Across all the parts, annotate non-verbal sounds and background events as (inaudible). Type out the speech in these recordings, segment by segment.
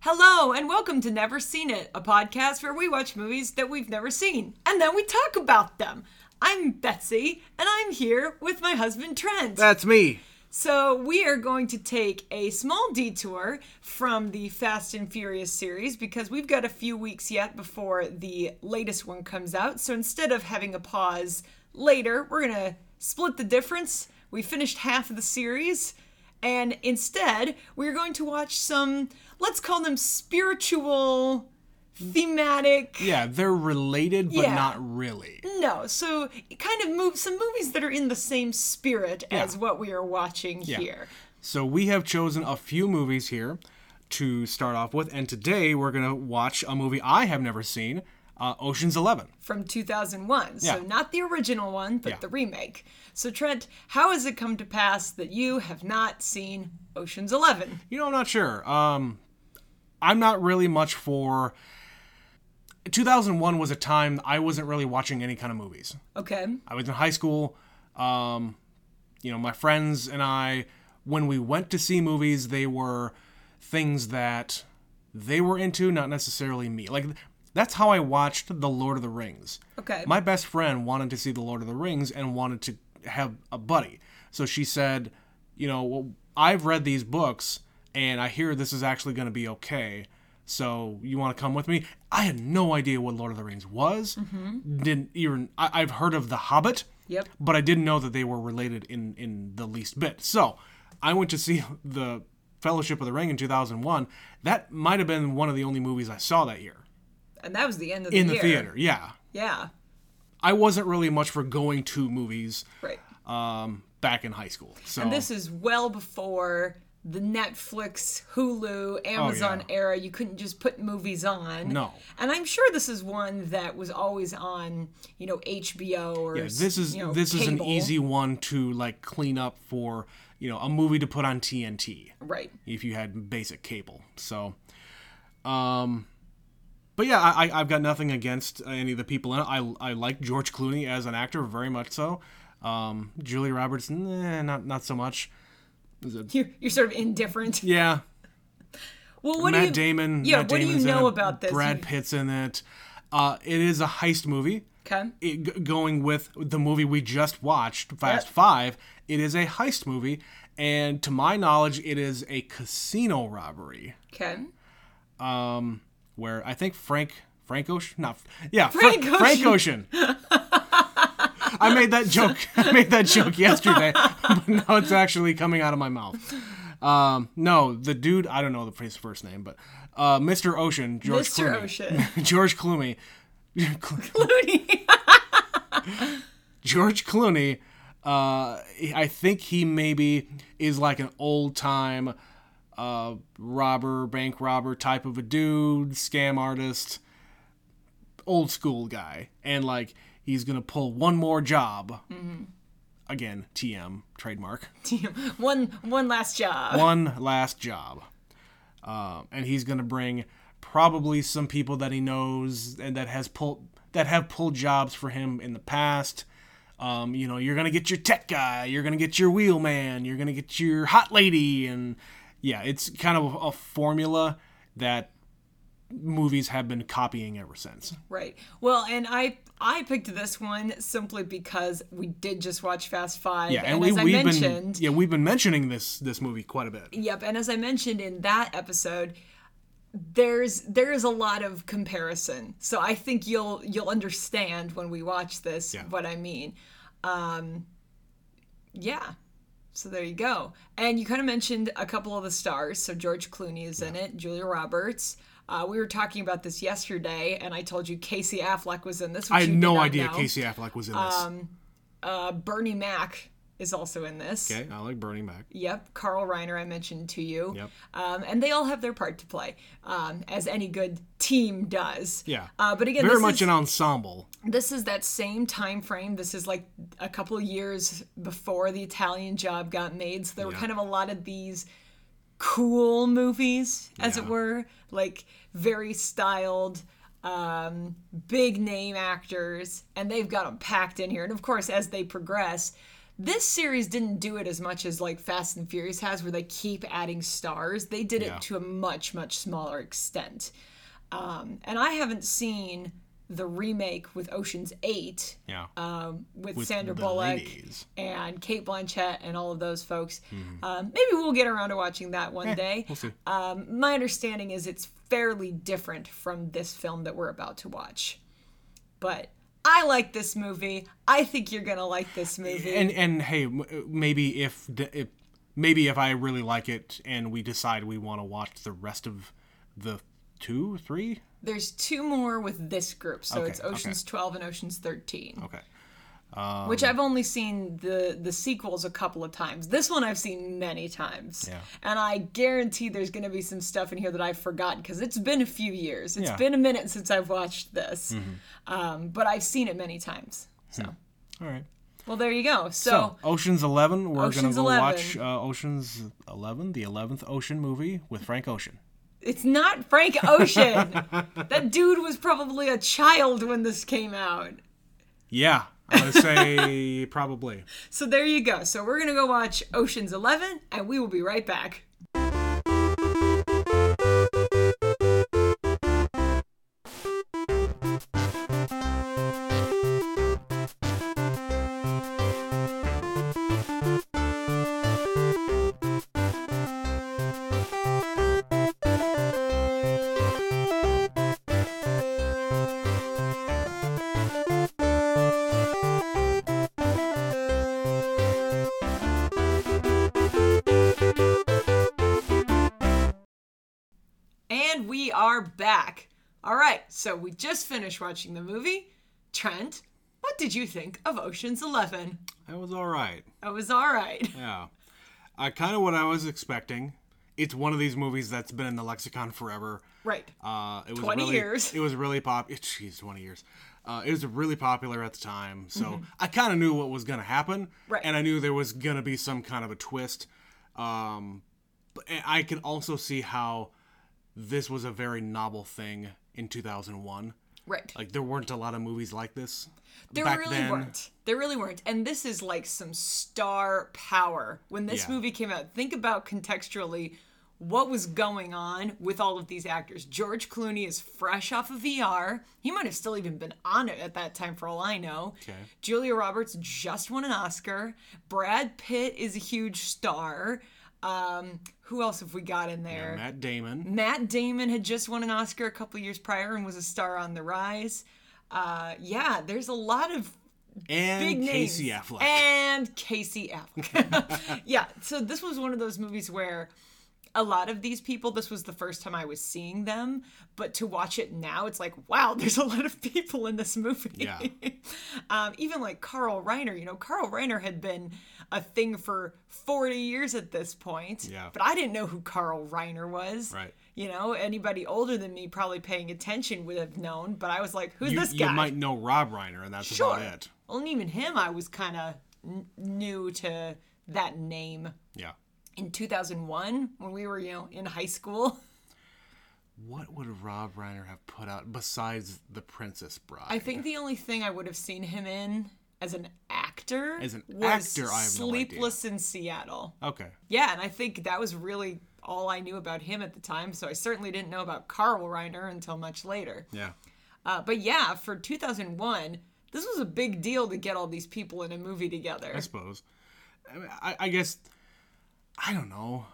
Hello, and welcome to Never Seen It, a podcast where we watch movies that we've never seen and then we talk about them. I'm Betsy, and I'm here with my husband Trent. That's me. So, we are going to take a small detour from the Fast and Furious series because we've got a few weeks yet before the latest one comes out. So, instead of having a pause later, we're going to split the difference. We finished half of the series, and instead, we're going to watch some, let's call them spiritual, thematic. Yeah, they're related, but Yeah. not really. No, so it kind of moves some movies that are in the same spirit as what we are watching here. So we have chosen a few movies here to start off with, and today we're gonna watch a movie I have never seen, uh, Ocean's Eleven. from 2001. Yeah. So not the original one, but Yeah. the remake. So Trent, how has it come to pass that you have not seen Ocean's 11? You know, I'm not sure. Um, I'm not really much for. 2001 was a time I wasn't really watching any kind of movies. Okay. I was in high school. Um, you know, my friends and I, when we went to see movies, they were things that they were into, not necessarily me. Like that's how I watched The Lord of the Rings. Okay. My best friend wanted to see The Lord of the Rings and wanted to have a buddy. So she said, you know, well, I've read these books and I hear this is actually going to be okay. So you want to come with me? I had no idea what Lord of the Rings was. Didn't even I, I've heard of The Hobbit. Yep. But I didn't know that they were related in in the least bit. So I went to see (laughs) the Fellowship of the Ring in 2001. That might have been one of the only movies I saw that year And that was the end of the in the year. theater. Yeah. Yeah. I wasn't really much for going to movies Right. um, back in high school. So This is well before the Netflix, Hulu, Amazon era. You couldn't just put movies on. Oh, No. And I'm sure this is one that was always on, you know, HBO or yeah, this is you know, this is an cable. easy one to like clean up for you know a movie to put on TNT Right. (laughs) if you had basic cable. So, um, but yeah, I, I- I've got nothing against any of the people in it. I I like George Clooney as an actor very much so. Um, Julie Roberts, nah, not not so much. You're, you're sort of indifferent. Yeah, Well, what do Matt you, Damon. Yeah, Matt what do you Damon's in know it, about this? Brad You- Pitt's in it. Uh, it is a heist movie. Okay. it, g- going with the movie we just watched, Fast Yep. Five, it is a heist movie, and to my knowledge, it is a casino robbery Okay. where I think Frank Frank Ocean, not yeah, Fra- Frank (laughs) Frank Ocean. I made that joke. (laughs) I made that joke yesterday, but now it's actually coming out of my mouth. Um, no, the dude, I don't know the his first name, but uh, Mr. Ocean, George Mr. Clooney, Ocean. (laughs) George Clooney, (laughs) Clooney. George Clooney, uh, I think he maybe is like an old time uh, robber, bank robber type of a dude, scam artist, old school guy. And like he's going to pull one more job. Again, TM, trademark. one one last job. one last job. Uh, and he's going to bring probably some people that he knows and that has pulled that have pulled jobs for him in the past. Um, you know, you're going to get your tech guy, you're going to get your wheel man, you're going to get your hot lady and yeah, it's kind of a, a formula that movies have been copying ever since. Right. Well, and I I picked this one simply because we did just watch Fast Five. Yeah, and, and we as I we've been mentioned yeah, we've been mentioning this this movie quite a bit. Yep, and as I mentioned in that episode, there's there is a lot of comparison. So I think you'll you'll understand when we watch this what I mean. Um yeah. So there you go. And you kind of mentioned a couple of the stars. So George Clooney is in it, Julia Roberts. Uh, we were talking about this yesterday, and I told you Casey Affleck was in this. Which I had you did no not idea know. Um, Casey Affleck was in this. Uh, Bernie Mac is also in this. okay, I like Bernie Mac. Yep, Carl Reiner, I mentioned to you. Yep. Um, and they all have their part to play, um, as any good team does. Yeah. Uh, but again, Very this much is, an ensemble. this is that same time frame. This is like a couple of years before the Italian Job got made. So there were kind of a lot of these cool movies, as it Yeah. were, like very styled. Um, big name actors, and they've got them packed in here. And of course, as they progress, This series didn't do it as much as like Fast and Furious has, where they keep adding stars. They did Yeah. it to a much, much smaller extent. Um, and I haven't seen the remake with Ocean's Eight Yeah. um, with, Sandra the Bullock ladies. and Kate Blanchett and all of those folks. Um, maybe we'll get around to watching that one (laughs) day. Hmm. we'll see. Um, my understanding is it's fairly different from this film that we're about to watch. But I like this movie. I think you're going to like this movie. and and hey, m- maybe if, d- if maybe if I really like it and we decide we want to watch the rest of the two, three, There's two more with this group. So Okay, it's Oceans 12 and Oceans 13, okay, Um, which I've only seen the, the sequels a couple of times. This one I've seen many times. Yeah. And I guarantee there's going to be some stuff in here that I've forgotten because it's been a few years. It's Yeah. Mm-hmm. been a minute since I've watched this. Um, but I've seen it many times. So, all right. well, there you go. So, Ocean's Eleven, we're Ocean's gonna go 11. watch uh, Ocean's Eleven, the eleventh Ocean movie with Frank Ocean. It's not (laughs) Frank Ocean. that dude was probably a child when this came out. Yeah, I would say (laughs) probably. So there you go. So we're going to go watch Ocean's 11 and we will be right back. And we are back. All right. So we just finished watching the movie. Trent, what did you think of Ocean's 11? That was all right. I was all right. Yeah, uh, kind of what I was expecting. It's one of these movies that's been in the lexicon forever. Right. Uh, it was 20 really, years. It was really pop. (laughs) Jeez, twenty years. Uh, it was really popular at the time, so I kind of knew what was gonna happen, Mm-hmm. Right. and I knew there was gonna be some kind of a twist. Um, but and I can also see how this was a very novel thing in 2001. Right. Like there weren't a lot of movies like this There back really then. weren't. There really weren't. And this is like some star power. When this Yeah. movie came out, think about contextually what was going on with all of these actors. George Clooney is fresh off of VR. He might have still even been on it at that time, for all I know. Okay. Julia Roberts just won an Oscar. Brad Pitt is a huge star. Um, who else have we got in there? Matt Damon. Matt Damon had just won an Oscar a couple years prior and was a star on the rise. Uh, yeah, there's a lot of And big names. Casey Affleck. And Casey Affleck. (laughs) yeah. So this was one of those movies where a lot of these people, this was the first time I was seeing them, but to watch it now, it's like, wow, (laughs) there's a lot of people in this movie. Yeah. (laughs) um, even like Carl Reiner, you know, Carl Reiner had been a thing for 40 years at this point. Yeah. But I didn't know who Carl Reiner was. Right. You know, anybody older than me probably paying attention would have known, but I was like, who's you, this you guy? might know Rob Reiner, and that's Sure. about it. Well, and even him, I was kind of n- new to that name Yeah. in 2001 when we were, you know, in high school. What would Rob Reiner have put out besides The Princess Bride? I think the only thing I would have seen him in as an actor As an was actor, I have no idea. Sleepless in Seattle. Okay. Yeah, and I think that was really all I knew about him at the time. So I certainly didn't know about Carl Reiner until much later. Yeah. Uh, but yeah, for 2001, this was a big deal to get all these people in a movie together. I suppose. I, mean, I, I guess. I don't know.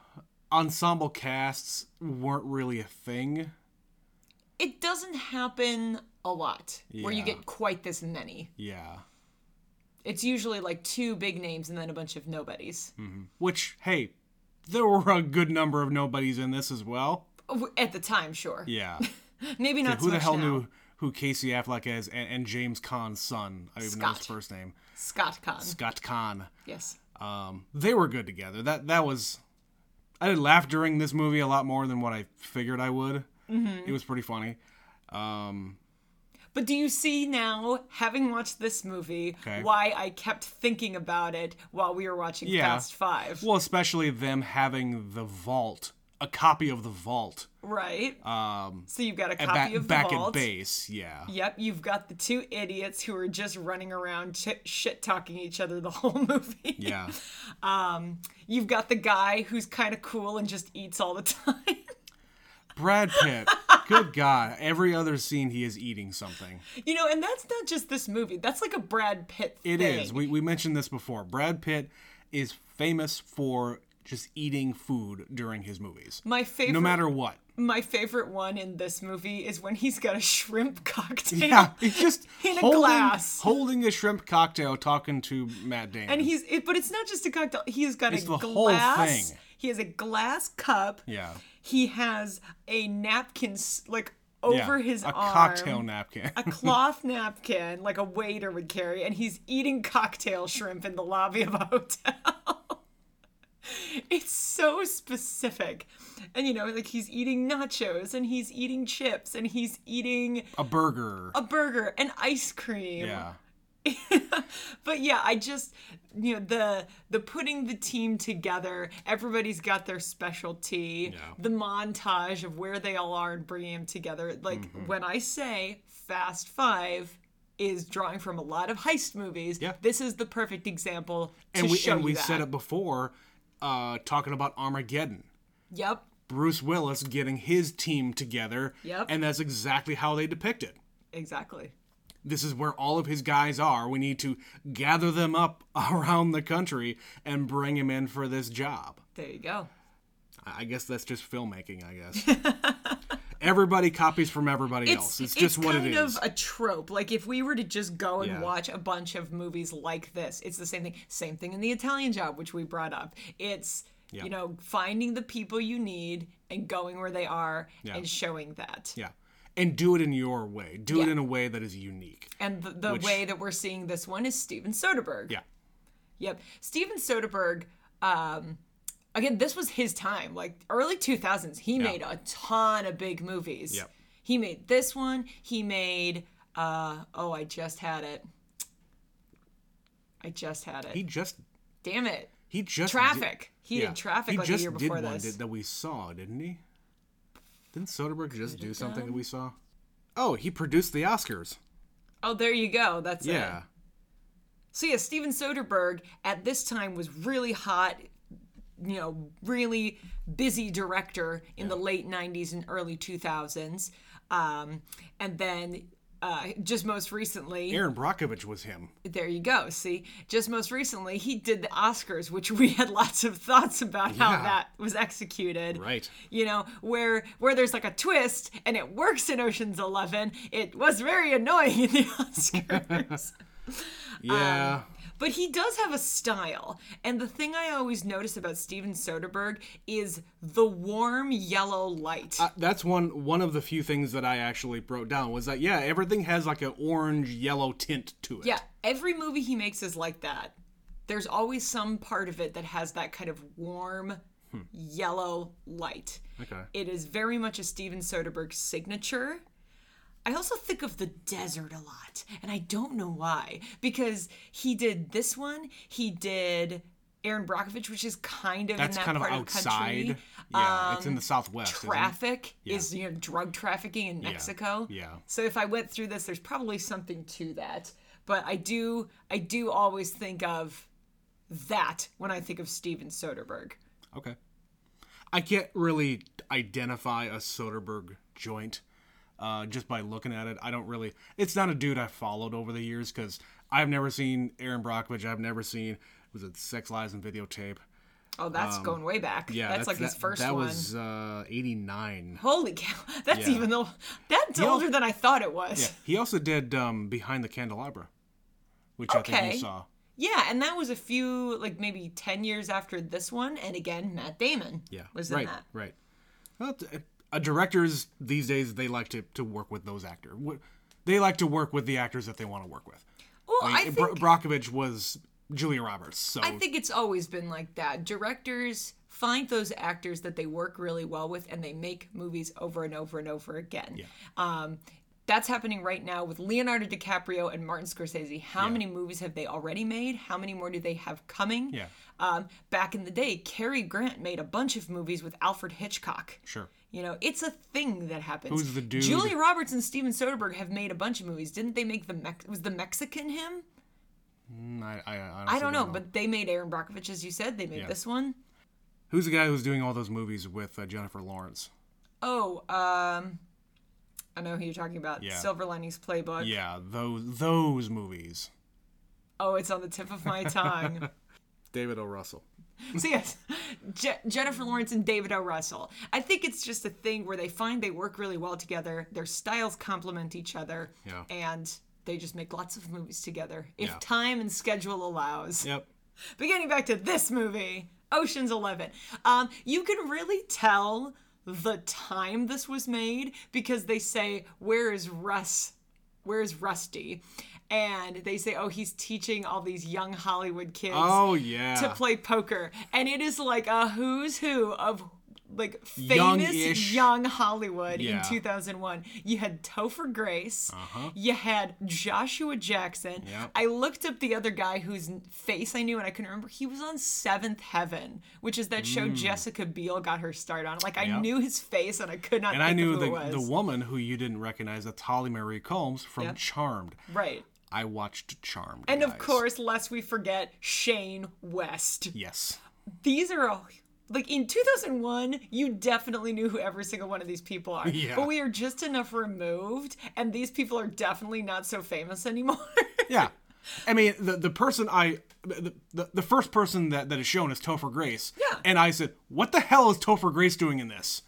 Ensemble casts weren't really a thing. it doesn't happen a lot where you Yeah. get quite this many. Yeah. It's usually like two big names and then a bunch of nobodies. Hmm. Which, hey, there were a good number of nobodies in this as well. Oh, At the time, sure. (laughs) Yeah. Maybe not. so who the much hell now. knew who Casey Affleck is and, and James Kahn's son? I don't even know his Scott. first name. Scott Kahn? Scott Kahn. Yes. Um, they were good together. That that was. I did laugh during this movie a lot more than what I figured I would. Mm-hmm. It was pretty funny. Um, But do you see now, having watched this movie, Okay. why I kept thinking about it while we were watching Yeah. Fast Five? well, especially them having the vault a copy of the vault Right. um, so you've got a at copy back, of the back at vault. (laughs) base. Yeah. Yep, you've got the two idiots who are just running around ch- shit talking each other the (laughs) whole movie. Yeah. Um, you've got the guy who's kind of cool and just eats all the time. (laughs) Brad Pitt. Good God. Every other scene he is eating something. you know, and that's not just this movie. That's like a Brad Pitt It is. thing. We, we mentioned this before. Brad Pitt is famous for just eating food during his movies, my favorite no matter what. my favorite one in this movie is when he's got a shrimp (laughs) cocktail. Yeah, he's just In a holding, glass. holding a shrimp cocktail, talking to Matt Damon. And he's it, but it's not just a cocktail. He has got It's a the glass. whole thing. He has a glass cup. yeah, He has a napkin s- like over yeah. his a arm. cocktail napkin. a cloth napkin like a waiter would carry, and he's eating cocktail shrimp in the lobby of a hotel. (laughs) it's so specific. And you know, like he's eating nachos and he's eating chips and he's eating a burger. a burger and ice cream. yeah, (laughs) But yeah, I just you know, the the putting the team together, everybody's got their specialty, Yeah. the montage of where they all are and bringing them together. Like Mm-hmm. when I say Fast 5 is drawing from a lot of heist movies. Yeah. This is the perfect example to and we show and you we that. said it before, uh, talking about Armageddon. Yep. Bruce Willis getting his team together, Yep. and that's exactly how they depict it. Exactly. this is where all of his guys are. We need to gather them up (laughs) around the country and bring him in for this job. There you go. I I guess that's just filmmaking, I guess. (laughs) everybody copies from everybody else. It's just what kind it is. of a trope. Like if we were to just go and Yeah. watch a bunch of movies like this, it's the same thing. Same thing in the Italian Job, which we brought up. It's you know finding the people you need and going where they are and showing that. yeah. And do it in your way. Do it Yeah. in a way that is unique. And the, the way that we're seeing this one is Steven Soderbergh. Yeah. Yep. Steven Soderbergh. Um, again, this was his time. Like early 2000s, he made a ton of big movies. Yep. He made this one. He made. Uh, oh, I just had it. I just had it. He just Damn it. he just did- Traffic. he yeah. did traffic He like just a year did before one this. did- that we saw, didn't he? Didn't Soderbergh just do something that we saw? Oh, he produced the Oscars. Oh, there you go. That's it. Yeah. So yeah, Steven Soderbergh at this time was really hot, you know, really busy director in the late '90s and early 2000s, um, and then uh, just most recently, Aaron Brockovich was him. there you go. See, just most recently he did the Oscars, which we had (laughs) lots of thoughts about how Yeah. that was executed. Right. You know, where where there's like a twist and it works in Ocean's Eleven. It was very annoying in the (laughs) Oscars. Yeah. But he does have a style. And the thing I always notice about Steven Soderbergh is the warm yellow light. Uh, that's one one of the few things that I actually wrote down was that yeah, everything has like an orange yellow tint to it. yeah, every movie he makes is like that. There's always some part of it that has that kind of warm yellow light. Hmm. Okay. It is very much a Steven Soderbergh signature. I also think of the desert a lot, and I don't know why. Because he did this one, he did Aaron Brockovich, which is kind of in That's that kind of part outside. country. Uh, um, yeah, it's in the southwest. isn't it? Traffic is you know drug trafficking in Mexico. yeah. So if I went through this, there's probably something to that. But I do I do always think of that when I think of Steven Soderbergh. Okay. I can't really identify a Soderbergh joint uh, just by looking at it. I don't really. It's not a dude I followed over the years because I've never seen Aaron Brockovich. I've never seen was it Sex Lies and Videotape. Oh, that's going way back. Um, Yeah, that's, like his that- first That one. was uh, eighty nine. Holy cow! (laughs) That's Yeah. even though that's al- older than I thought it was. He also did um, Behind the Candelabra, which I think Okay. you saw. Yeah. and that was a few like maybe ten years after this one. And again, Matt Damon. Yeah. was in right, that. Right. Well, t- uh, directors these days they like to, to work with those actors. They like to work with the actors that they want to work with. Well, I, I mean, think Bro- Brockovich was Julia Roberts, so I think it's always been like that. Directors find those actors that they work really well with and they make movies over and over and over again. Um, That's happening right now with Leonardo DiCaprio and Martin Scorsese. How many movies have they already made? How many more do they have coming? Yeah. Um, back in the day, Cary Grant made a bunch of movies with Alfred Hitchcock. Sure. You know, it's a thing that happens. Who's the dude? Julia Roberts and Steven Soderbergh have made a bunch of movies. Didn't they make the Mex- was the Mexican him? Mm, I, I, honestly I don't know, but they made Aaron Brockovich, as you said. They made Yeah. this one. who's the guy who's doing all those movies with uh, Jennifer Lawrence? Oh, um, I know who you're talking about. Yeah. Silver Linings Playbook. Yeah, those those movies. Oh, it's on the tip of my (laughs) tongue. (laughs) David O. Russell. so yes, Je- Jennifer Lawrence and David O. Russell. I think it's just a thing where they find they work really well together. Their styles complement each other. Yeah. And they just make lots of movies together if Yeah. time and schedule allows. Yep. But getting back to this movie, Ocean's Eleven, um, you can really tell the time this was made because they say, "Where is Russ? Where's Rusty?" And they say, "Oh, he's teaching all these young Hollywood kids Oh yeah. to play poker," and it is like a who's who of like famous Young-ish. young Hollywood Yeah. Uh-huh. in 2001. You had Topher Grace. You had Joshua Jackson. Yep. I looked up the other guy whose face I knew and I couldn't remember. He was on Seventh Heaven, which is that show Jessica Biel got her start on. Like I Mm. Yep. knew his face and I could not. and I think knew of who it the was. the woman who you didn't recognize, that's Holly Marie Combs from Yep. Charmed. right. I watched Charmed. And of guys. course, lest we forget Shane West. Yes. these are all like in 2001 you definitely knew who every single one of these people are Yeah. but we are just enough removed and these people are definitely not so famous anymore (laughs) Yeah. I mean, the the person I the, the, the first person that, that is shown is Topher Grace. Yeah. And I said, "What the hell is Topher Grace doing in this?"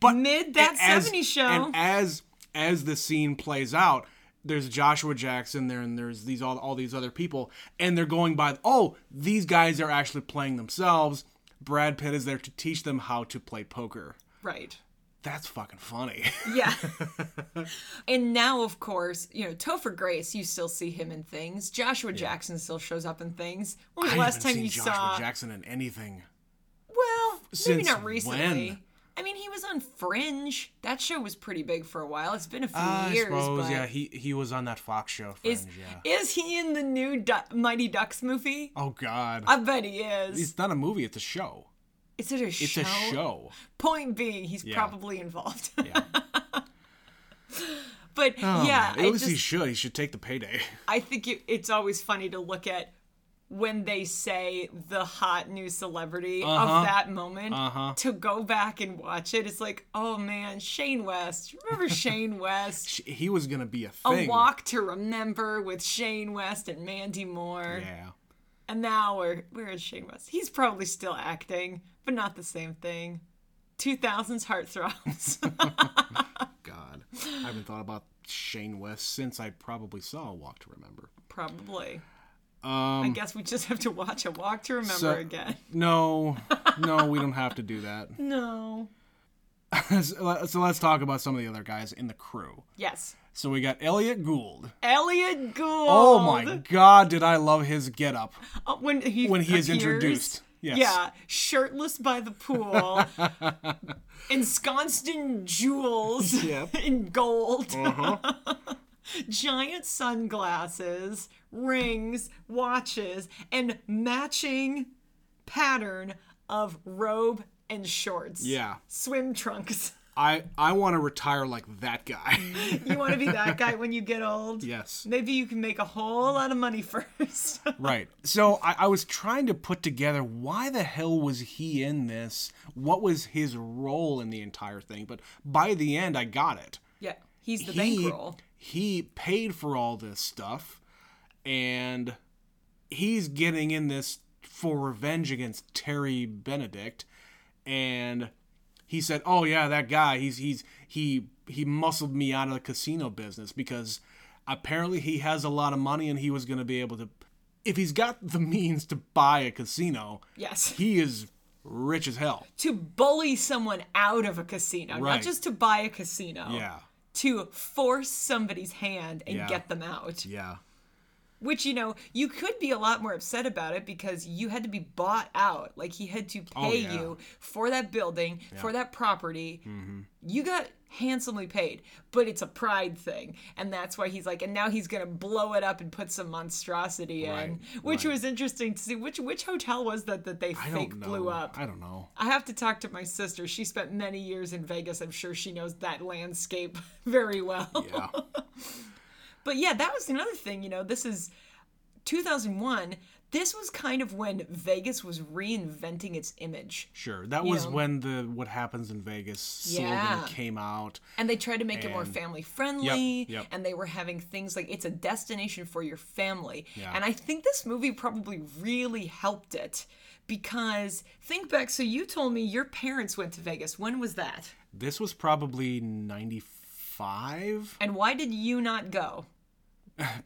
But Mid that as- 70s show. And as as the scene plays out, there's Joshua Jackson there, and there's these all all these other people, and they're going by. Oh, these guys are actually playing themselves. Brad Pitt is there to teach them how to play poker. right That's fucking funny. (laughs) yeah and now of course you know topher grace you still see him in things joshua jackson still shows up in things when was the I last haven't time seen you Joshua saw Jackson in anything. well maybe Since not recently when? i mean he was on fringe that show was pretty big for a while it's been a few I years suppose. but Yeah, he he was on that Fox show. Fringe, is, yeah. is he in the new Du- mighty ducks movie Oh God. I bet he is. it's not a movie, it's a show. is it a It's show? a show. Point being, he's probably involved. Yeah. (laughs) Oh, but yeah, At I least just he should. He should take the payday. (laughs) I think it, it's always funny to look at when they say the hot new celebrity Uh-huh. of that moment to go back and watch it. It's like, oh man, Shane West. (laughs) Remember Shane West? He was gonna be a A thing. Walk to Remember with Shane West and Mandy Moore. Yeah. And now we're where is Shane West? He's probably still acting, but not the same thing. 2000s heartthrobs. (laughs) God. I haven't thought about Shane West since I probably saw A Walk to Remember. Um, Probably. I guess we just have to watch a walk to remember so- again. No, no, we don't have to (laughs) do that. (laughs) No. so let- so let's talk about some of the other guys in the crew. Yes. So we got Elliot Gould. Elliot Gould. Oh my God, did I love his getup Uh, when he when he is appears- introduced. Yes. Yeah, shirtless by the (laughs) pool, ensconced in jewels, Yep. (laughs) Uh-huh. in gold, (laughs) giant sunglasses, rings, watches, and matching pattern of robe and shorts. Yeah. Swim trunks. (laughs) I I want to retire like that guy. You want to be that guy when you get old? yes. Maybe you can make a whole lot of money (laughs) (laughs) first. Right. So I, I was trying to put together why the hell was he in this? What was his role in the entire thing? But by the end, I got it. yeah, he's the he, bankroll. he paid for all this stuff, and he's getting in this for revenge against Terry Benedict, and he said, "Oh yeah, that guy. He's he's he he muscled me out of the casino business because apparently he has a lot of money and he was going to be able to, if he's got the means to buy a casino, Yes. he is rich as hell. to bully someone out of a casino, Right. not just to buy a casino. Yeah, To force somebody's hand and Yeah. get them out. yeah." Which, you know, you could be a lot more upset about it because you had to be bought out. Like he had to pay Oh, yeah. you for that building, for that property. Mm-hmm. You got handsomely paid, but it's a pride thing. And that's why he's like, and now he's going to blow it up and put some monstrosity in, Right, which right. was interesting to see. Which which hotel was that that they I fake don't know. blew up? I (laughs) don't know. I have to talk to my sister. She spent many years in Vegas. I'm sure she knows that landscape (laughs) very well. Yeah. (laughs) But yeah, that was another thing. You know, this is 2001. This was kind of when Vegas was reinventing its image. Sure. That was know? when the what happens in Vegas slogan Yeah. came out. And they tried to make it more And- family friendly. Yep, yep. And they were having things like it's a destination for your family. Yeah. And I think this movie probably really helped it because think back. So you told me your parents went to Vegas. When was that? This was probably 95 And why did you not go?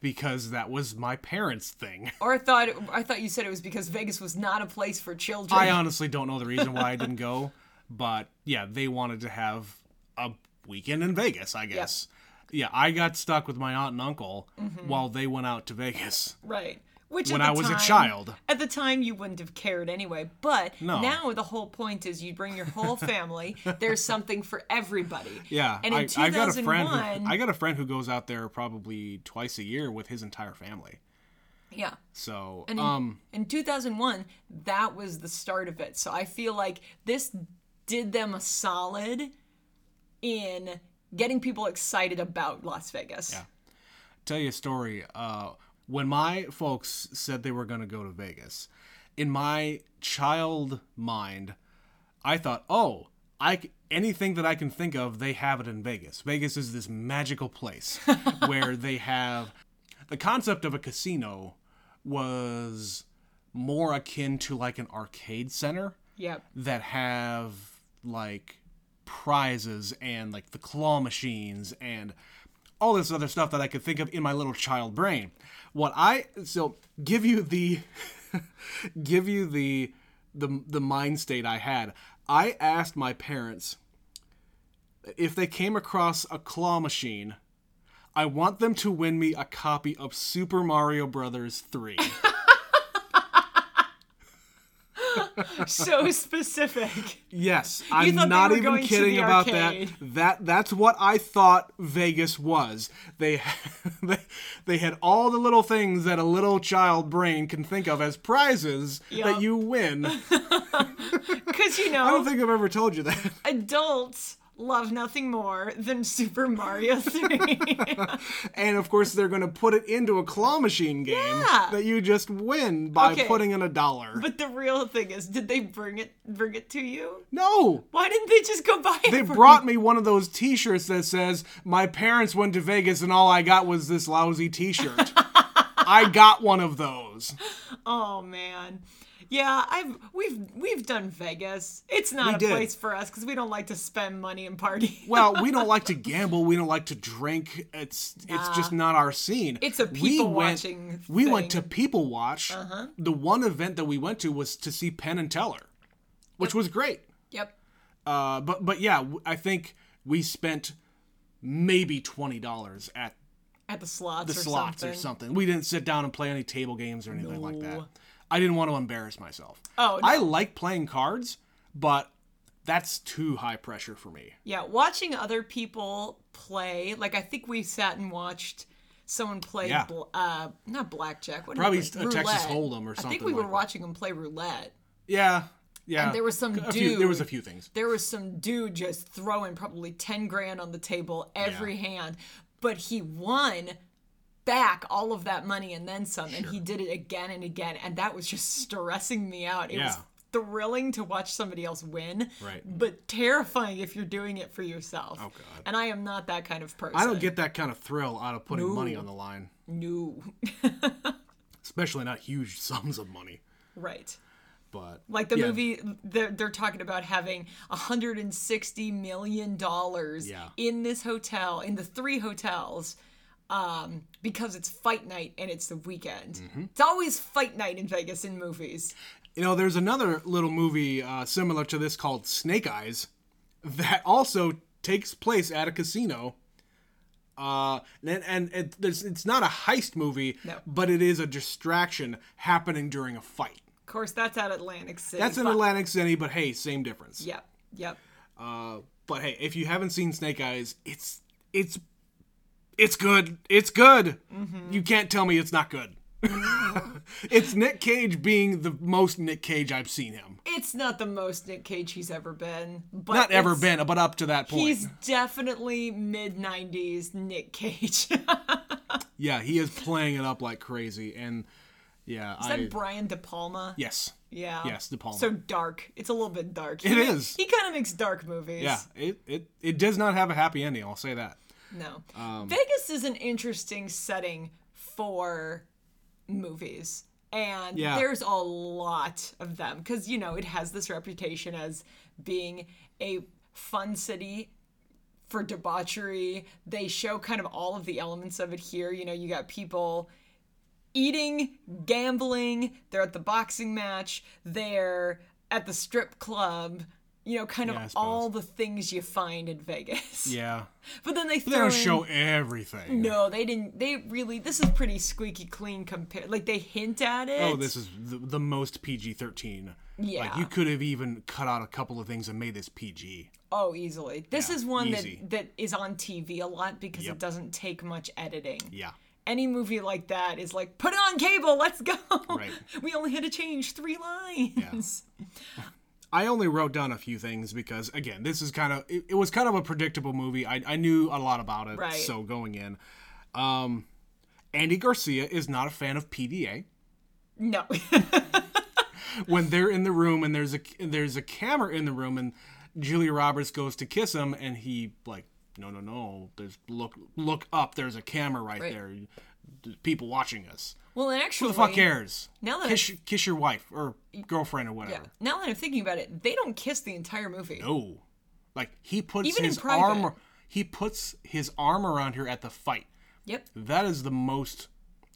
because that was my parents' thing. (laughs) Or I thought I thought you said it was because Vegas was not a place for children. I uh, honestly don't know the reason why I didn't go, but yeah, they wanted to have a weekend in Vegas, I guess. Yeah, I got stuck with my aunt and uncle while they went out to Vegas. Right. Which When Mm-hmm. (laughs) at the I was a time- child. At the time, you wouldn't have cared anyway. But No. now the whole point is you bring your whole (laughs) family. There's something for everybody. Yeah, And in I, I've got a friend. 2001 Who, I got a friend who goes out there probably twice a year with his entire family. yeah. So, And in, um, in 2001, that was the start of it. So I feel like this did them a solid in getting people excited about Las Vegas. Yeah. tell you a story. Uh, when my folks said they were going to go to Vegas, in my child mind, I thought, oh, I c- anything that I can think of, they have it in Vegas. Vegas is this magical place where they have the concept of a casino was more akin to like an arcade center Yep. that have like prizes and like the claw machines and all this other stuff that I could think of in my little child brain. What I so give you the (laughs) give you the the the mind state I had. I asked my parents if they came across a claw machine, I want them to win me a copy of Super Mario Brothers (laughs) 3. So (laughs) (laughs) specific. Yes, You I'm thought they not were even going to kidding the about that. arcade. That that's what I thought Vegas was. They (laughs) they, they had all the little things that a little child brain can think of as prizes Yeah. that you win. I Because, you know. don't think I've ever told you that. (laughs) adults love nothing more than Super (laughs) Mario 3. And of course, they're going to put it into a claw machine game Yeah. that you just win by Okay. putting in a dollar. but the real thing is, did they bring it bring it to you? no. Why didn't they just go buy it? They for brought me one of those T-shirts that says "My parents went to Vegas and all I got was this (laughs) lousy T-shirt." I got one of those. you? Oh man. Yeah, I've we've we've done Vegas. It's not a did. place for us cuz we don't like to spend money and (laughs) party. Well, we don't like to gamble. We don't like to drink. It's it's just not our scene. Ah. It's a We went- people-watching We went to thing. Uh-huh. people watch. The one event that we went to was to see Penn and Teller, which was great. yep. Uh, but but yeah, w- I think we spent maybe twenty dollars at At the slots or slots something. or something. We didn't sit down and play any table games or anything like that. I didn't want to embarrass myself. Oh, I like playing cards, but that's too high pressure for me. Yeah, watching other people play, like I think we sat and watched someone play, Yeah. bl- uh, not blackjack, what did Probably we play? a Texas Roulette. Hold'em or I think something we like were that. watching them play roulette. Yeah, yeah. There (laughs) was some a dude. few. There was a few things. there was some dude just throwing probably 10 grand on the table every hand, but he won back all of that money and then some, and he did it again and again, and that was just stressing me out. It was Yeah. thrilling to watch somebody else win, Right. but terrifying if you're doing it for yourself. Oh, God. And I am not that kind of person. I don't get that kind of thrill out of putting money on the line, No. (laughs) especially not huge (laughs) sums of money. right. But Like the yeah, movie, they're, they're talking about having 160 million dollars Yeah. in this hotel, in the three hotels, um, because it's fight night and it's the weekend. Mm-hmm. It's always fight night in Vegas in movies. You know, there's another little movie uh, similar to this called Snake Eyes that also takes place at a casino Uh, and and it, there's, it's not a heist movie, No. but it is a distraction happening during a fight. Of course, that's at Atlantic City. That's in but- Atlantic City, but hey, same difference. Yep, yep. Uh, but hey, if you haven't seen Snake Eyes, it's it's it's good. It's good. Mm-hmm. You can't tell me it's not good. (laughs) it's Nick Cage being the most Nick Cage I've seen him. It's not the most Nick Cage he's ever been, but Not ever it's- been, but up to that point. He's definitely mid '90s Nick Cage. (laughs) Is Yeah, he is playing it up like crazy, and yeah, I that Brian De Palma? yes, Yeah. yes, De Palma. So dark. It's a little bit dark. It is. He kind of makes dark movies. yeah, it, it it does not have a happy ending. I'll say that. No. Um, Vegas is an interesting setting for movies. And Yeah. there's a lot of them because, you know, it has this reputation as being a fun city for debauchery. They show kind of all of the elements of it here. You know, you got people eating, gambling, they're at the boxing match, they're at the strip club. You know, kind Yeah, I of suppose. all the things you find in Vegas. Yeah, (laughs) But then they they throw in, don't show everything. no, they didn't. They really. This is pretty squeaky clean compared. Like they hint at it. Oh, this is the, the most PG thirteen. like Yeah. you could have even cut out a couple of things and made this PG. Oh, easily. This is one easy. that that is on TV a lot because Yep. it doesn't take much editing. Yeah, Any movie like that is like put it on cable. Let's go. Right. (laughs) we only had to change three lines. I only wrote down a few things because again, this is kind of it, it was kind of a predictable movie. I I knew a lot about it, Right. so going in, um, Andy Garcia is not a fan of PDA. No. (laughs) when they're in the room and there's a there's a camera in the room and Julia Roberts goes to kiss him and he like no no no there's look look up there's a camera right, Right. there There's people watching us well, and actually, who the fuck cares Now that kiss kiss your wife or girlfriend or whatever I, now that I'm thinking about it, they don't kiss the entire movie. no Oh. like he puts Even in his private. arm he puts his arm around her at the fight Yep. that is the most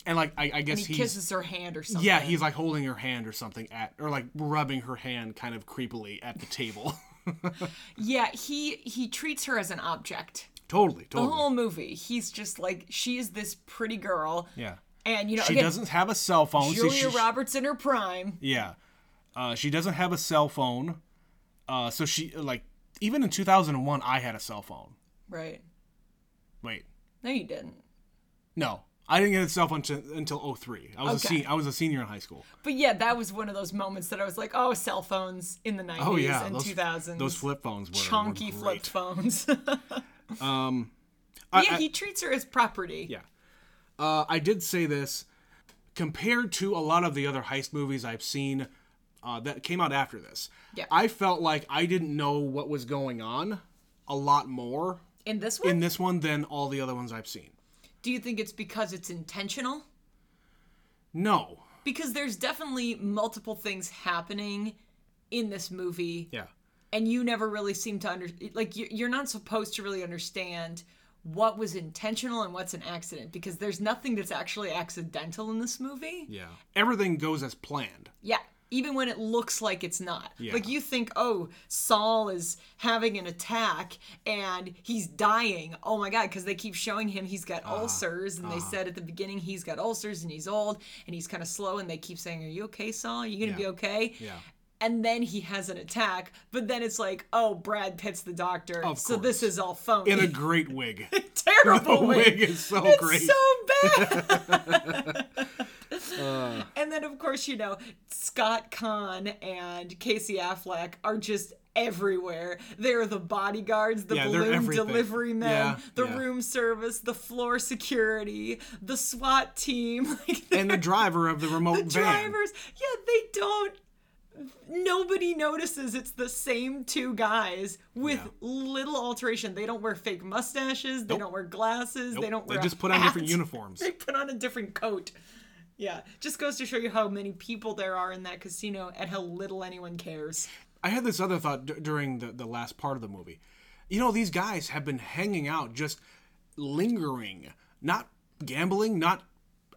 and like I, I guess He he's kisses her hand or something. yeah he's like holding her hand or something at or like rubbing her hand kind of creepily at the table (laughs) Yeah. He he treats her as an object. totally the totally whole movie. He's just like she is this pretty girl. Yeah. And you know, She again, doesn't have a cell phone. so Julia she- Roberts in her prime. Yeah. Uh, she doesn't have a cell phone. Uh, so she like even in 2001 I had a cell phone. Right. Wait. No, you didn't. No. I didn't get a cell phone t- until 03. I was a Okay. sen- I was a senior in high school. But yeah, that was one of those moments that I was like, oh, cell phones in the 90s Oh yeah, and those 2000s. those flip phones were chunky were flip great. Um, phones. (laughs) I- yeah, I- he treats her as property. Yeah. Uh, I did say this compared to a lot of the other heist movies I've seen uh, that came out after this. Yeah. I felt like I didn't know what was going on a lot more In this one, in this one than all the other ones I've seen. do you think it's because it's intentional? No. Because there's definitely multiple things happening in this movie Yeah. and you never really seem to under like you- you're not supposed to really understand what was intentional and what's an accident because there's nothing that's actually accidental in this movie. Yeah. Everything goes as planned. Yeah. Even when it looks like it's not. Like you think, oh, Saul is having an attack and he's dying. Oh my God, because they keep showing him he's got Ah, ulcers. And they said at the beginning he's got ulcers and he's old and he's kind of slow. And they keep saying, Are you okay, Saul? Are you going to Yeah. be okay? Yeah. And then he has an attack. But then it's like, Oh, Brad Pitt's the doctor. Of so this course. is all phony. In a great wig. (laughs) terrible (laughs) The way. wig is so great. So bad. (laughs) Uh. and then, of course, you know, Scott Kahn and Casey Affleck are just everywhere. They're the bodyguards, the Yeah, they're balloon everything. delivery men, Yeah, the yeah. room service, the floor security, the SWAT team, (laughs) like (laughs) the and the driver of the remote van. drivers. Yeah, they don't. Nobody notices it's the same two guys with Yeah. little alteration. They don't wear fake mustaches. They don't wear glasses. They don't They wear. a just put on different hat (laughs) uniforms. they put on a different coat. Yeah, just goes to show you how many people there are in that casino and how little anyone cares. I had this other thought d- during the, the last part of the movie. You know, these guys have been hanging out, just lingering, not gambling, not.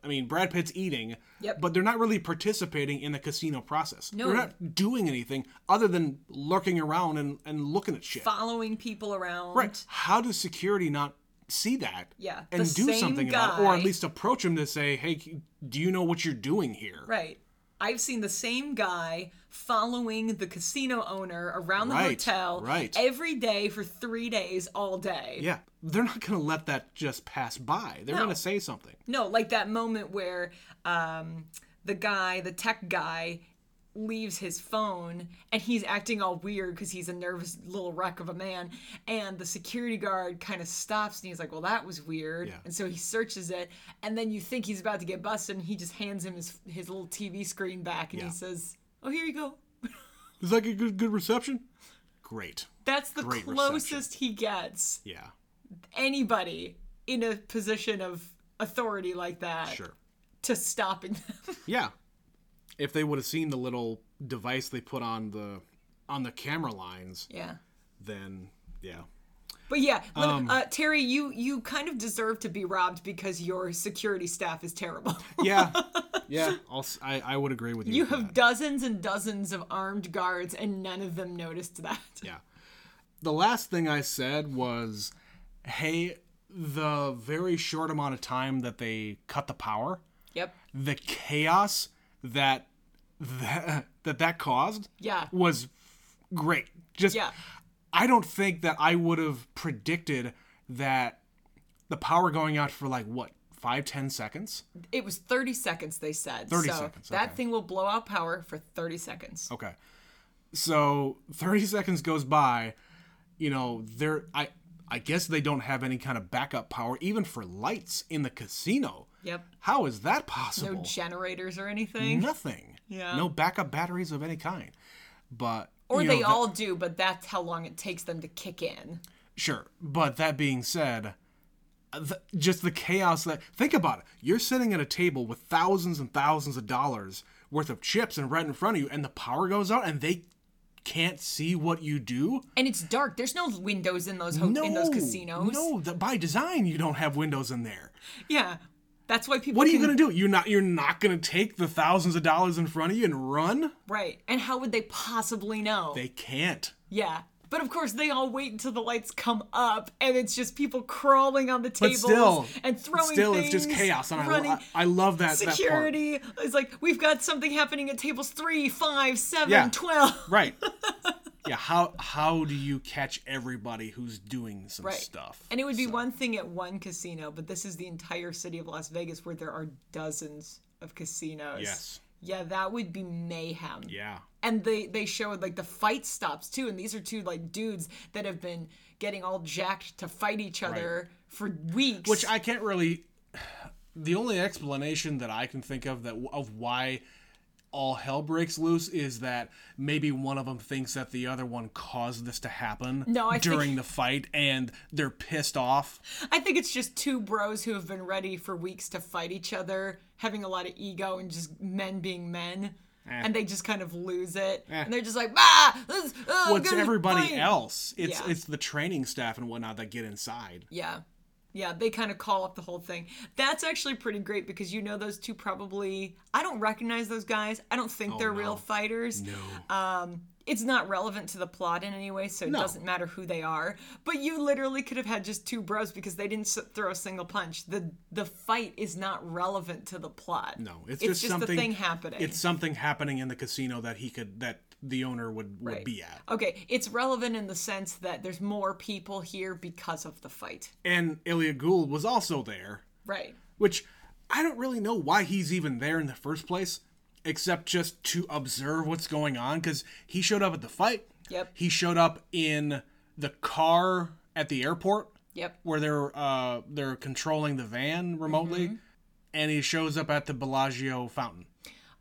I mean, Brad Pitt's eating, Yep. but they're not really participating in the casino process. No. They're not doing anything other than lurking around and, and looking at shit. Following people around. Right. How does security not see that Yeah, the and do same something about it, or guy. at least approach him to say, "Hey, c- do you know what you're doing here?" Right. I've seen the same guy following the casino owner around the Right, hotel right. every day for three days, all day. Yeah, they're not going to let that just pass by. They're going to say something. No, like that moment where um, the guy, the tech guy, leaves his phone and he's acting all weird because he's a nervous little wreck of a man. And the security guard kind of stops and he's like, Well, that was weird. Yeah. And so he searches it. And then you think he's about to get busted and he just hands him his, his little TV screen back and Yeah. he says, Oh, here you go. Is that a good good reception? Great. That's the Great closest he gets Yeah, anybody in a position of authority like that sure. to stopping them. (laughs) Yeah. If they would have seen the little device they put on the on the camera lines, yeah. then yeah. But yeah, let- Um, uh, Terry, you you kind of deserve to be robbed because your security staff is terrible. (laughs) Yeah. (laughs) yeah, I'll, s- I I would agree with you. you with that. (laughs) have dozens and dozens of armed guards, and none of them noticed that. (laughs) Yeah. The last thing I said was, hey, the very short amount of time that they cut the power, Yep. the chaos that (laughs) that that, that caused Yeah. was great. Just Yeah. I don't think that I would have predicted that the power going out for like what five ten seconds. It was 30 seconds, they said. 30 so seconds, that okay. Oh. thing will blow out power for 30 seconds. Okay. So 30 (laughs) seconds goes by, you know, there I I guess they don't have any kind of backup power even for lights in the casino. Yep. How is that No possible? generators or anything. Nothing. Yeah. No backup batteries of any kind. But Or you know, they that- all do, but that's how long it takes them to kick in. Sure, but that being said, uh, th just the chaos that think about it. You're sitting at a table with thousands and thousands of dollars worth of chips and right in front of you, and the power goes out, and they can't see what you do. And it's dark. There's no windows in those ho- in those casinos. No, th- by design you don't have windows in there. Yeah. That's why people What are you can- gonna do? You're not you're not gonna take the thousands of dollars in front of you and run? Right. And how would they possibly know? They can't. yeah. But of course, they all wait until the lights come up, and it's just people crawling on the tables Still and throwing Still things. it's just chaos and I, running. I, I love that that part. Security is like, we've got something happening at tables three, five, seven, twelve. Yeah. (laughs) Right. yeah, how how do you catch everybody who's doing some Right. stuff? And it would be one thing at one casino, but this is the entire city of Las Vegas where there are dozens of casinos. Yes. Yeah, that would be mayhem. yeah. And they they showed like the fight stops too, and these are two like dudes that have been getting all jacked to fight each other for weeks. Which I can't really (sighs) the only explanation that I can think of that of why all hell breaks loose is that maybe one of them thinks that the other one caused this to happen No, I think- during the fight and they're pissed off. I think it's just two bros who have been ready for weeks to fight each other, having a lot of ego and just men being men. Eh. And they just kind of lose it, and they're just like, ah, this, oh, I'm What's gonna everybody fight." else? It's Yeah. it's the training staff and whatnot that get inside. Yeah. Yeah, they kind of call up the whole thing. That's actually pretty great because you know those two probably I don't recognize those guys. I don't Oh, think they're real fighters. No. Um it's not relevant to the plot in any way, so it doesn't matter who they are. But you literally could have had just two bros because they didn't s- throw a single punch. The the fight is not relevant to the plot. No, it's, it's just, something the thing happening. It's something happening in the casino that he could that the owner would would be at. okay, it's relevant in the sense that there's more people here because of the fight. And Ilya Gould was also there, Right. which I don't really know why he's even there in the first place, except just to observe what's going on because he showed up at the fight. Yep. He showed up in the car at the airport Yep. where they're uh they're controlling the van remotely, Mm-hmm. and he shows up at the Bellagio fountain.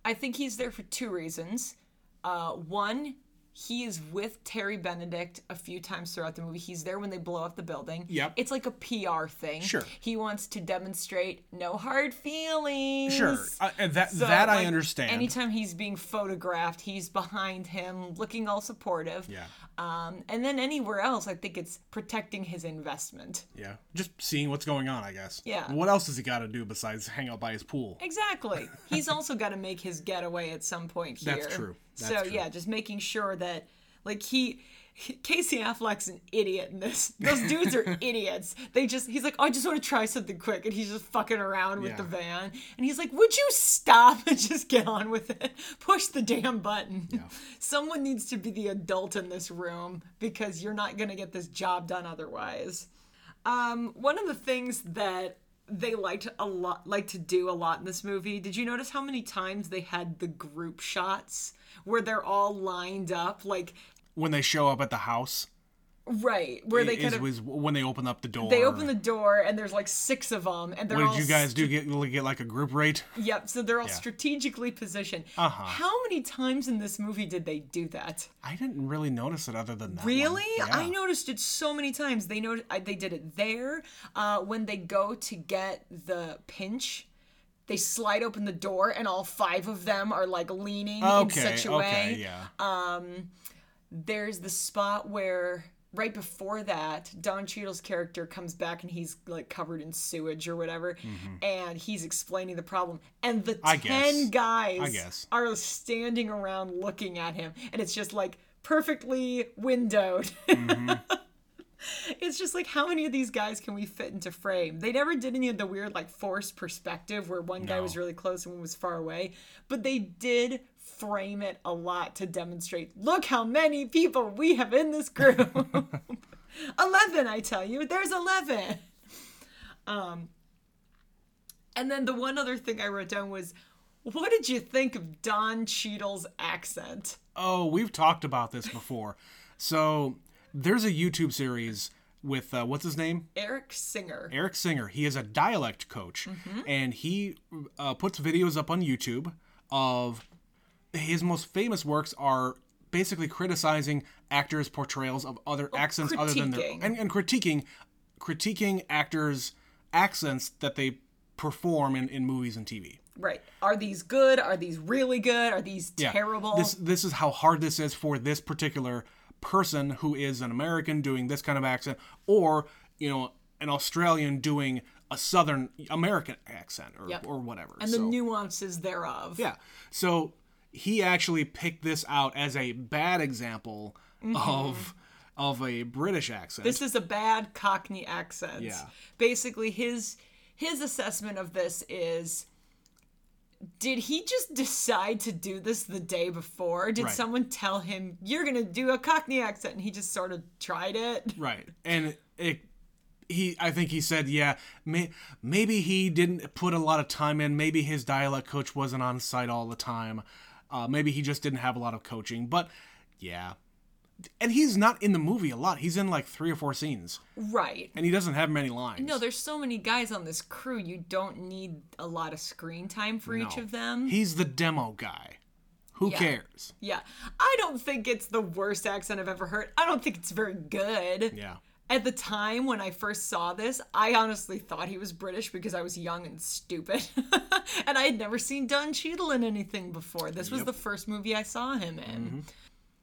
I think he's there for two reasons. Uh, one, he is with Terry Benedict a few times throughout the movie. He's there when they blow up the building. Yep. It's like a PR thing. Sure. He wants to demonstrate no hard feelings. Sure, uh, and that So, that I like, understand. Anytime he's being photographed, he's behind him, looking all supportive. Yeah. Um, and then anywhere else, I think it's protecting his investment. Yeah, just seeing what's going on, I guess. Yeah. What else does he got to do besides hang out by his pool? (laughs) Exactly. He's also got to make his getaway at some point here. That's true. That's so true. yeah, just making sure that like he Casey Affleck's an idiot in this. Those dudes are idiots. They just he's like, oh, I just want to try something quick, and he's just fucking around with the Yeah. van. And he's like, Would you stop and just get on with it? Push the damn button. (laughs) Someone needs to be the adult in this room because you're not gonna get this job done otherwise. Um, one of the things that they liked a lot like to do a lot in this movie did you notice how many times they had the group shots where they're all lined up like When they show up at the house, Right, where they is, kind of was when they open up the door. they open the door and there's like six of them, and they're What all did you guys do? Get get like a group rate? Yep, so they're all strategically positioned. Uh-huh. How many times in this movie did they do that? I didn't really notice it other than that. one. Really? Yeah. I noticed it so many times. They know I- they did it there uh, when they go to get the pinch. They slide open the door, and all five of them are like leaning Okay. in such a okay. way. Yeah. there's the spot where right before that don Cheadle's character comes back and he's like covered in sewage or whatever and he's explaining the problem and the Mm-hmm. I 10 guess. guys I guess. are standing around looking at him and it's just like perfectly windowed (laughs) it's just like how many of these guys can we fit into frame they never did any of the weird like forced perspective where one guy No. was really close and one was far away but they did frame it a lot to demonstrate look how many people we have in this group (laughs) 11 i tell you there's 11 um and then the one other thing i wrote down was what did you think of don Cheadle's accent Oh, we've talked about this before. So there's a YouTube series with uh, what's his name? eric singer Mm-hmm. Eric Singer. He is a dialect coach, and he uh, puts videos up on YouTube of his most famous works are basically criticizing actors' portrayals of other accents other than their Oh, critiquing. and, and critiquing critiquing actors' accents that they perform in, in movies and TV. right are these good are these really good are these Yeah. terrible This this is how hard this is for this particular person who is an American doing this kind of accent, or you know, an Australian doing a Southern American accent or Yep. or whatever. and the so, nuances thereof yeah, so he actually picked this out as a bad example of of a British accent. Mm-hmm. This is a bad Cockney accent. Yeah. Basically, his his assessment of this is: Did he just decide to do this the day before? Did Right. someone tell him you're gonna do a Cockney accent, and he just sort of tried it? Right. And it he I think he said, yeah, may, maybe he didn't put a lot of time in. Maybe his dialect coach wasn't on site all the time. Uh, maybe he just didn't have a lot of coaching. But yeah. And he's not in the movie a lot. He's in like three or four scenes, Right. and he doesn't have many lines. No, there's so many guys on this crew. You don't need a lot of screen time for each No. of them. He's the demo guy. Who cares? yeah. I don't think it's the worst accent I've ever heard. I don't think it's very good. Yeah. At the time when I first saw this, I honestly thought he was British because I was young and stupid. (laughs) and I had never seen Don Cheadle in anything before. This was the first movie I saw him in.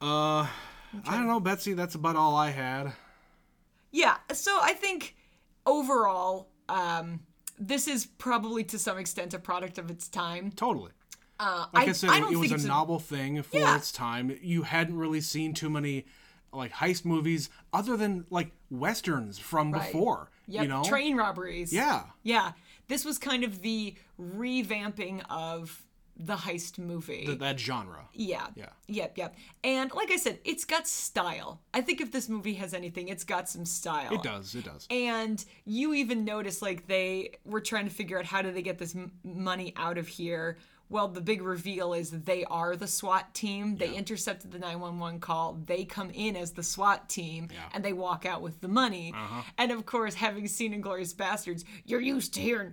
Mm-hmm. Uh, I don't know, Betsy. That's about all I had. Yeah, so I think overall, um, this is probably to some extent a product of its time. Totally. Uh, like I, said, it was a it's novel thing for Yeah. its time. You hadn't really seen too many like heist movies other than like westerns from before. Yep, You know, train robberies. yeah, Yeah, this was kind of the revamping of the heist movie. th- that genre. Yeah. Yeah. Yep, yep. And like I said, it's got style. I think if this movie has anything, it's got some style. It does. It does. And you even notice like they were trying to figure out how do they get this m- money out of here. Well, the big reveal is they are the SWAT team. They intercepted the 911 call. They come in as the SWAT team and they walk out with the money. Uh-huh. And of course, having seen Inglorious Bastards, you're used to hearing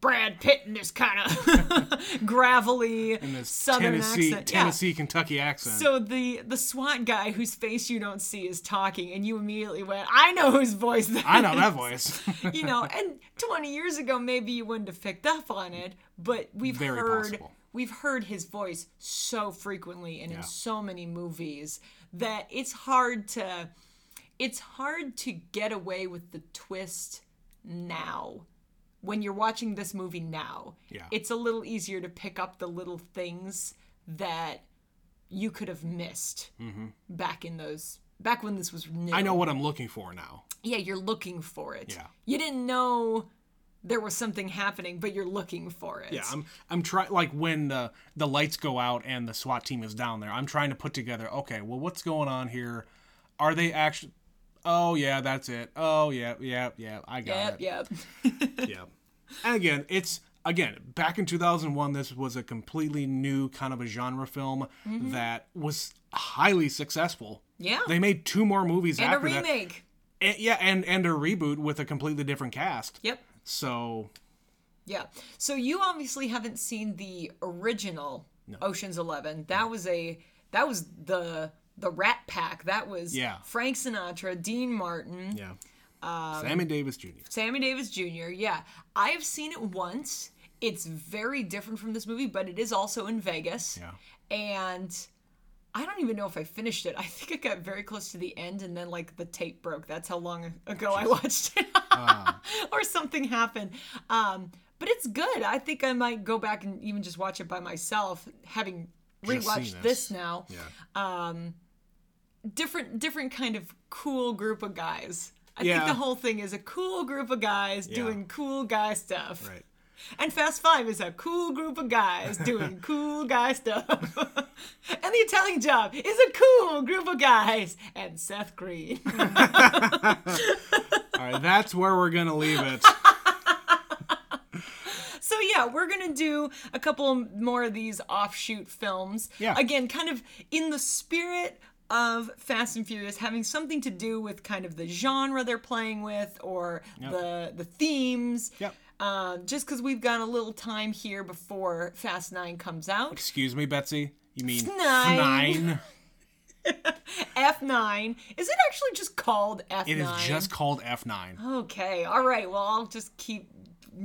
Brad Pitt in this kind of (laughs) gravelly southern Tennessee, accent. Yeah. Tennessee, Kentucky accent. So the the SWAT guy whose face you don't see is talking, and you immediately went, "I know whose voice that." I (laughs) know that voice. (laughs) is." you know, and 20 years ago, maybe you wouldn't have picked up on it, but we've Very heard possible. we've heard his voice so frequently and Yeah. in so many movies that it's hard to it's hard to get away with the twist now. When you're watching this movie now, Yeah. it's a little easier to pick up the little things that you could have missed back in those back when this was new. Mm-hmm. I know what I'm looking for now. Yeah, you're looking for it. Yeah. You didn't know there was something happening, but you're looking for it. Yeah, I'm I'm trying like when the the lights go out and the SWAT team is down there. I'm trying to put together. Okay, well, what's going on here? Are they actually? Oh yeah, that's it. Oh yeah, yeah, yeah. I got Yep, it. (laughs) yep. (laughs) yeah. And again, it's again back in 2001. This was a completely new kind of a genre film Mm-hmm. that was highly successful. Yeah. They made two more movies And a after that. remake. And- yeah, and and a reboot with a completely different cast. Yep. So Yeah. So you obviously haven't seen the original Ocean's 11. That was a that was the the Rat Pack. That was Yeah. Frank Sinatra, Dean Martin, yeah. Um, Sammy Davis Jr. (laughs) Sammy Davis Jr. Yeah. I have seen it once. It's very different from this movie, but it is also in Vegas. Yeah. And I don't even know if I finished it. I think I got very close to the end and then like the tape broke. That's how long ago I watched it. (laughs) or something happened. Um, but it's good. I think I might go back and even just watch it by myself, having Just seen rewatched this. this now. Yeah. Different different kind of cool group of guys. I Yeah. think the whole thing is a cool group of guys doing cool guy stuff. Right. And Fast Five is a cool group of guys doing cool guy stuff. (laughs) and The Italian Job is a cool group of guys. And Seth Green. (laughs) All right, that's where we're gonna leave it. so, yeah, we're going to do a couple more of these offshoot films. Yeah. Again, kind of in the spirit of Fast and Furious, having something to do with kind of the genre they're playing with or the, the themes. Yep. Uh, just because we've got a little time here before Fast 9 comes out. Excuse me, Betsy. You mean Snine. Snine? F9. Is it actually just called F9? It is just called F9. Okay, all right. Well, I'll just keep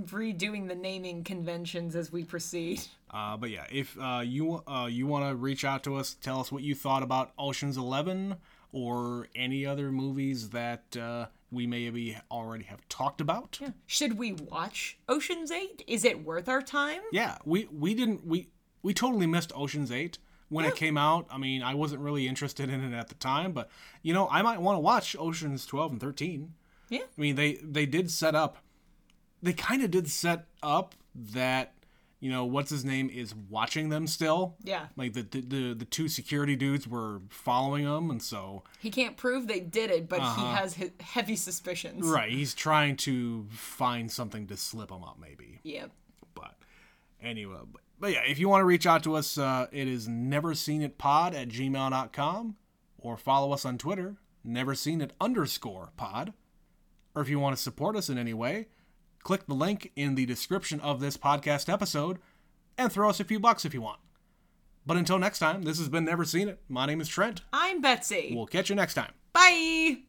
redoing the naming conventions as we proceed. Uh, but yeah, if uh, you uh, you want to reach out to us, tell us what you thought about Ocean's Eleven or any other movies that uh, we maybe already have talked about. Yeah, Should we watch Ocean's 8? Is it worth our time? we we didn't we we totally missed Ocean's Eight when it came out. I mean, I wasn't really interested in it at the time, but you know, I might want to watch Ocean's Twelve and Thirteen. Yeah. I mean, they they did set up. They kind of did set up that you know what's his name is watching them still. Yeah. Like the the the, the two security dudes were following him, and so He can't prove they did it, but Uh-huh. he has he- heavy suspicions. right, he's trying to find something to slip him up, maybe. Yep. But anyway, but, but yeah, if you want to reach out to us, uh, it is never seen it pod at gmail.com or follow us on Twitter, never seen it underscore pod. Or if you want to support us in any way, click the link in the description of this podcast episode and throw us a few bucks if you want. But until next time, this has been Never Seen It. My name is Trent. I'm Betsy. We'll catch you next time. Bye.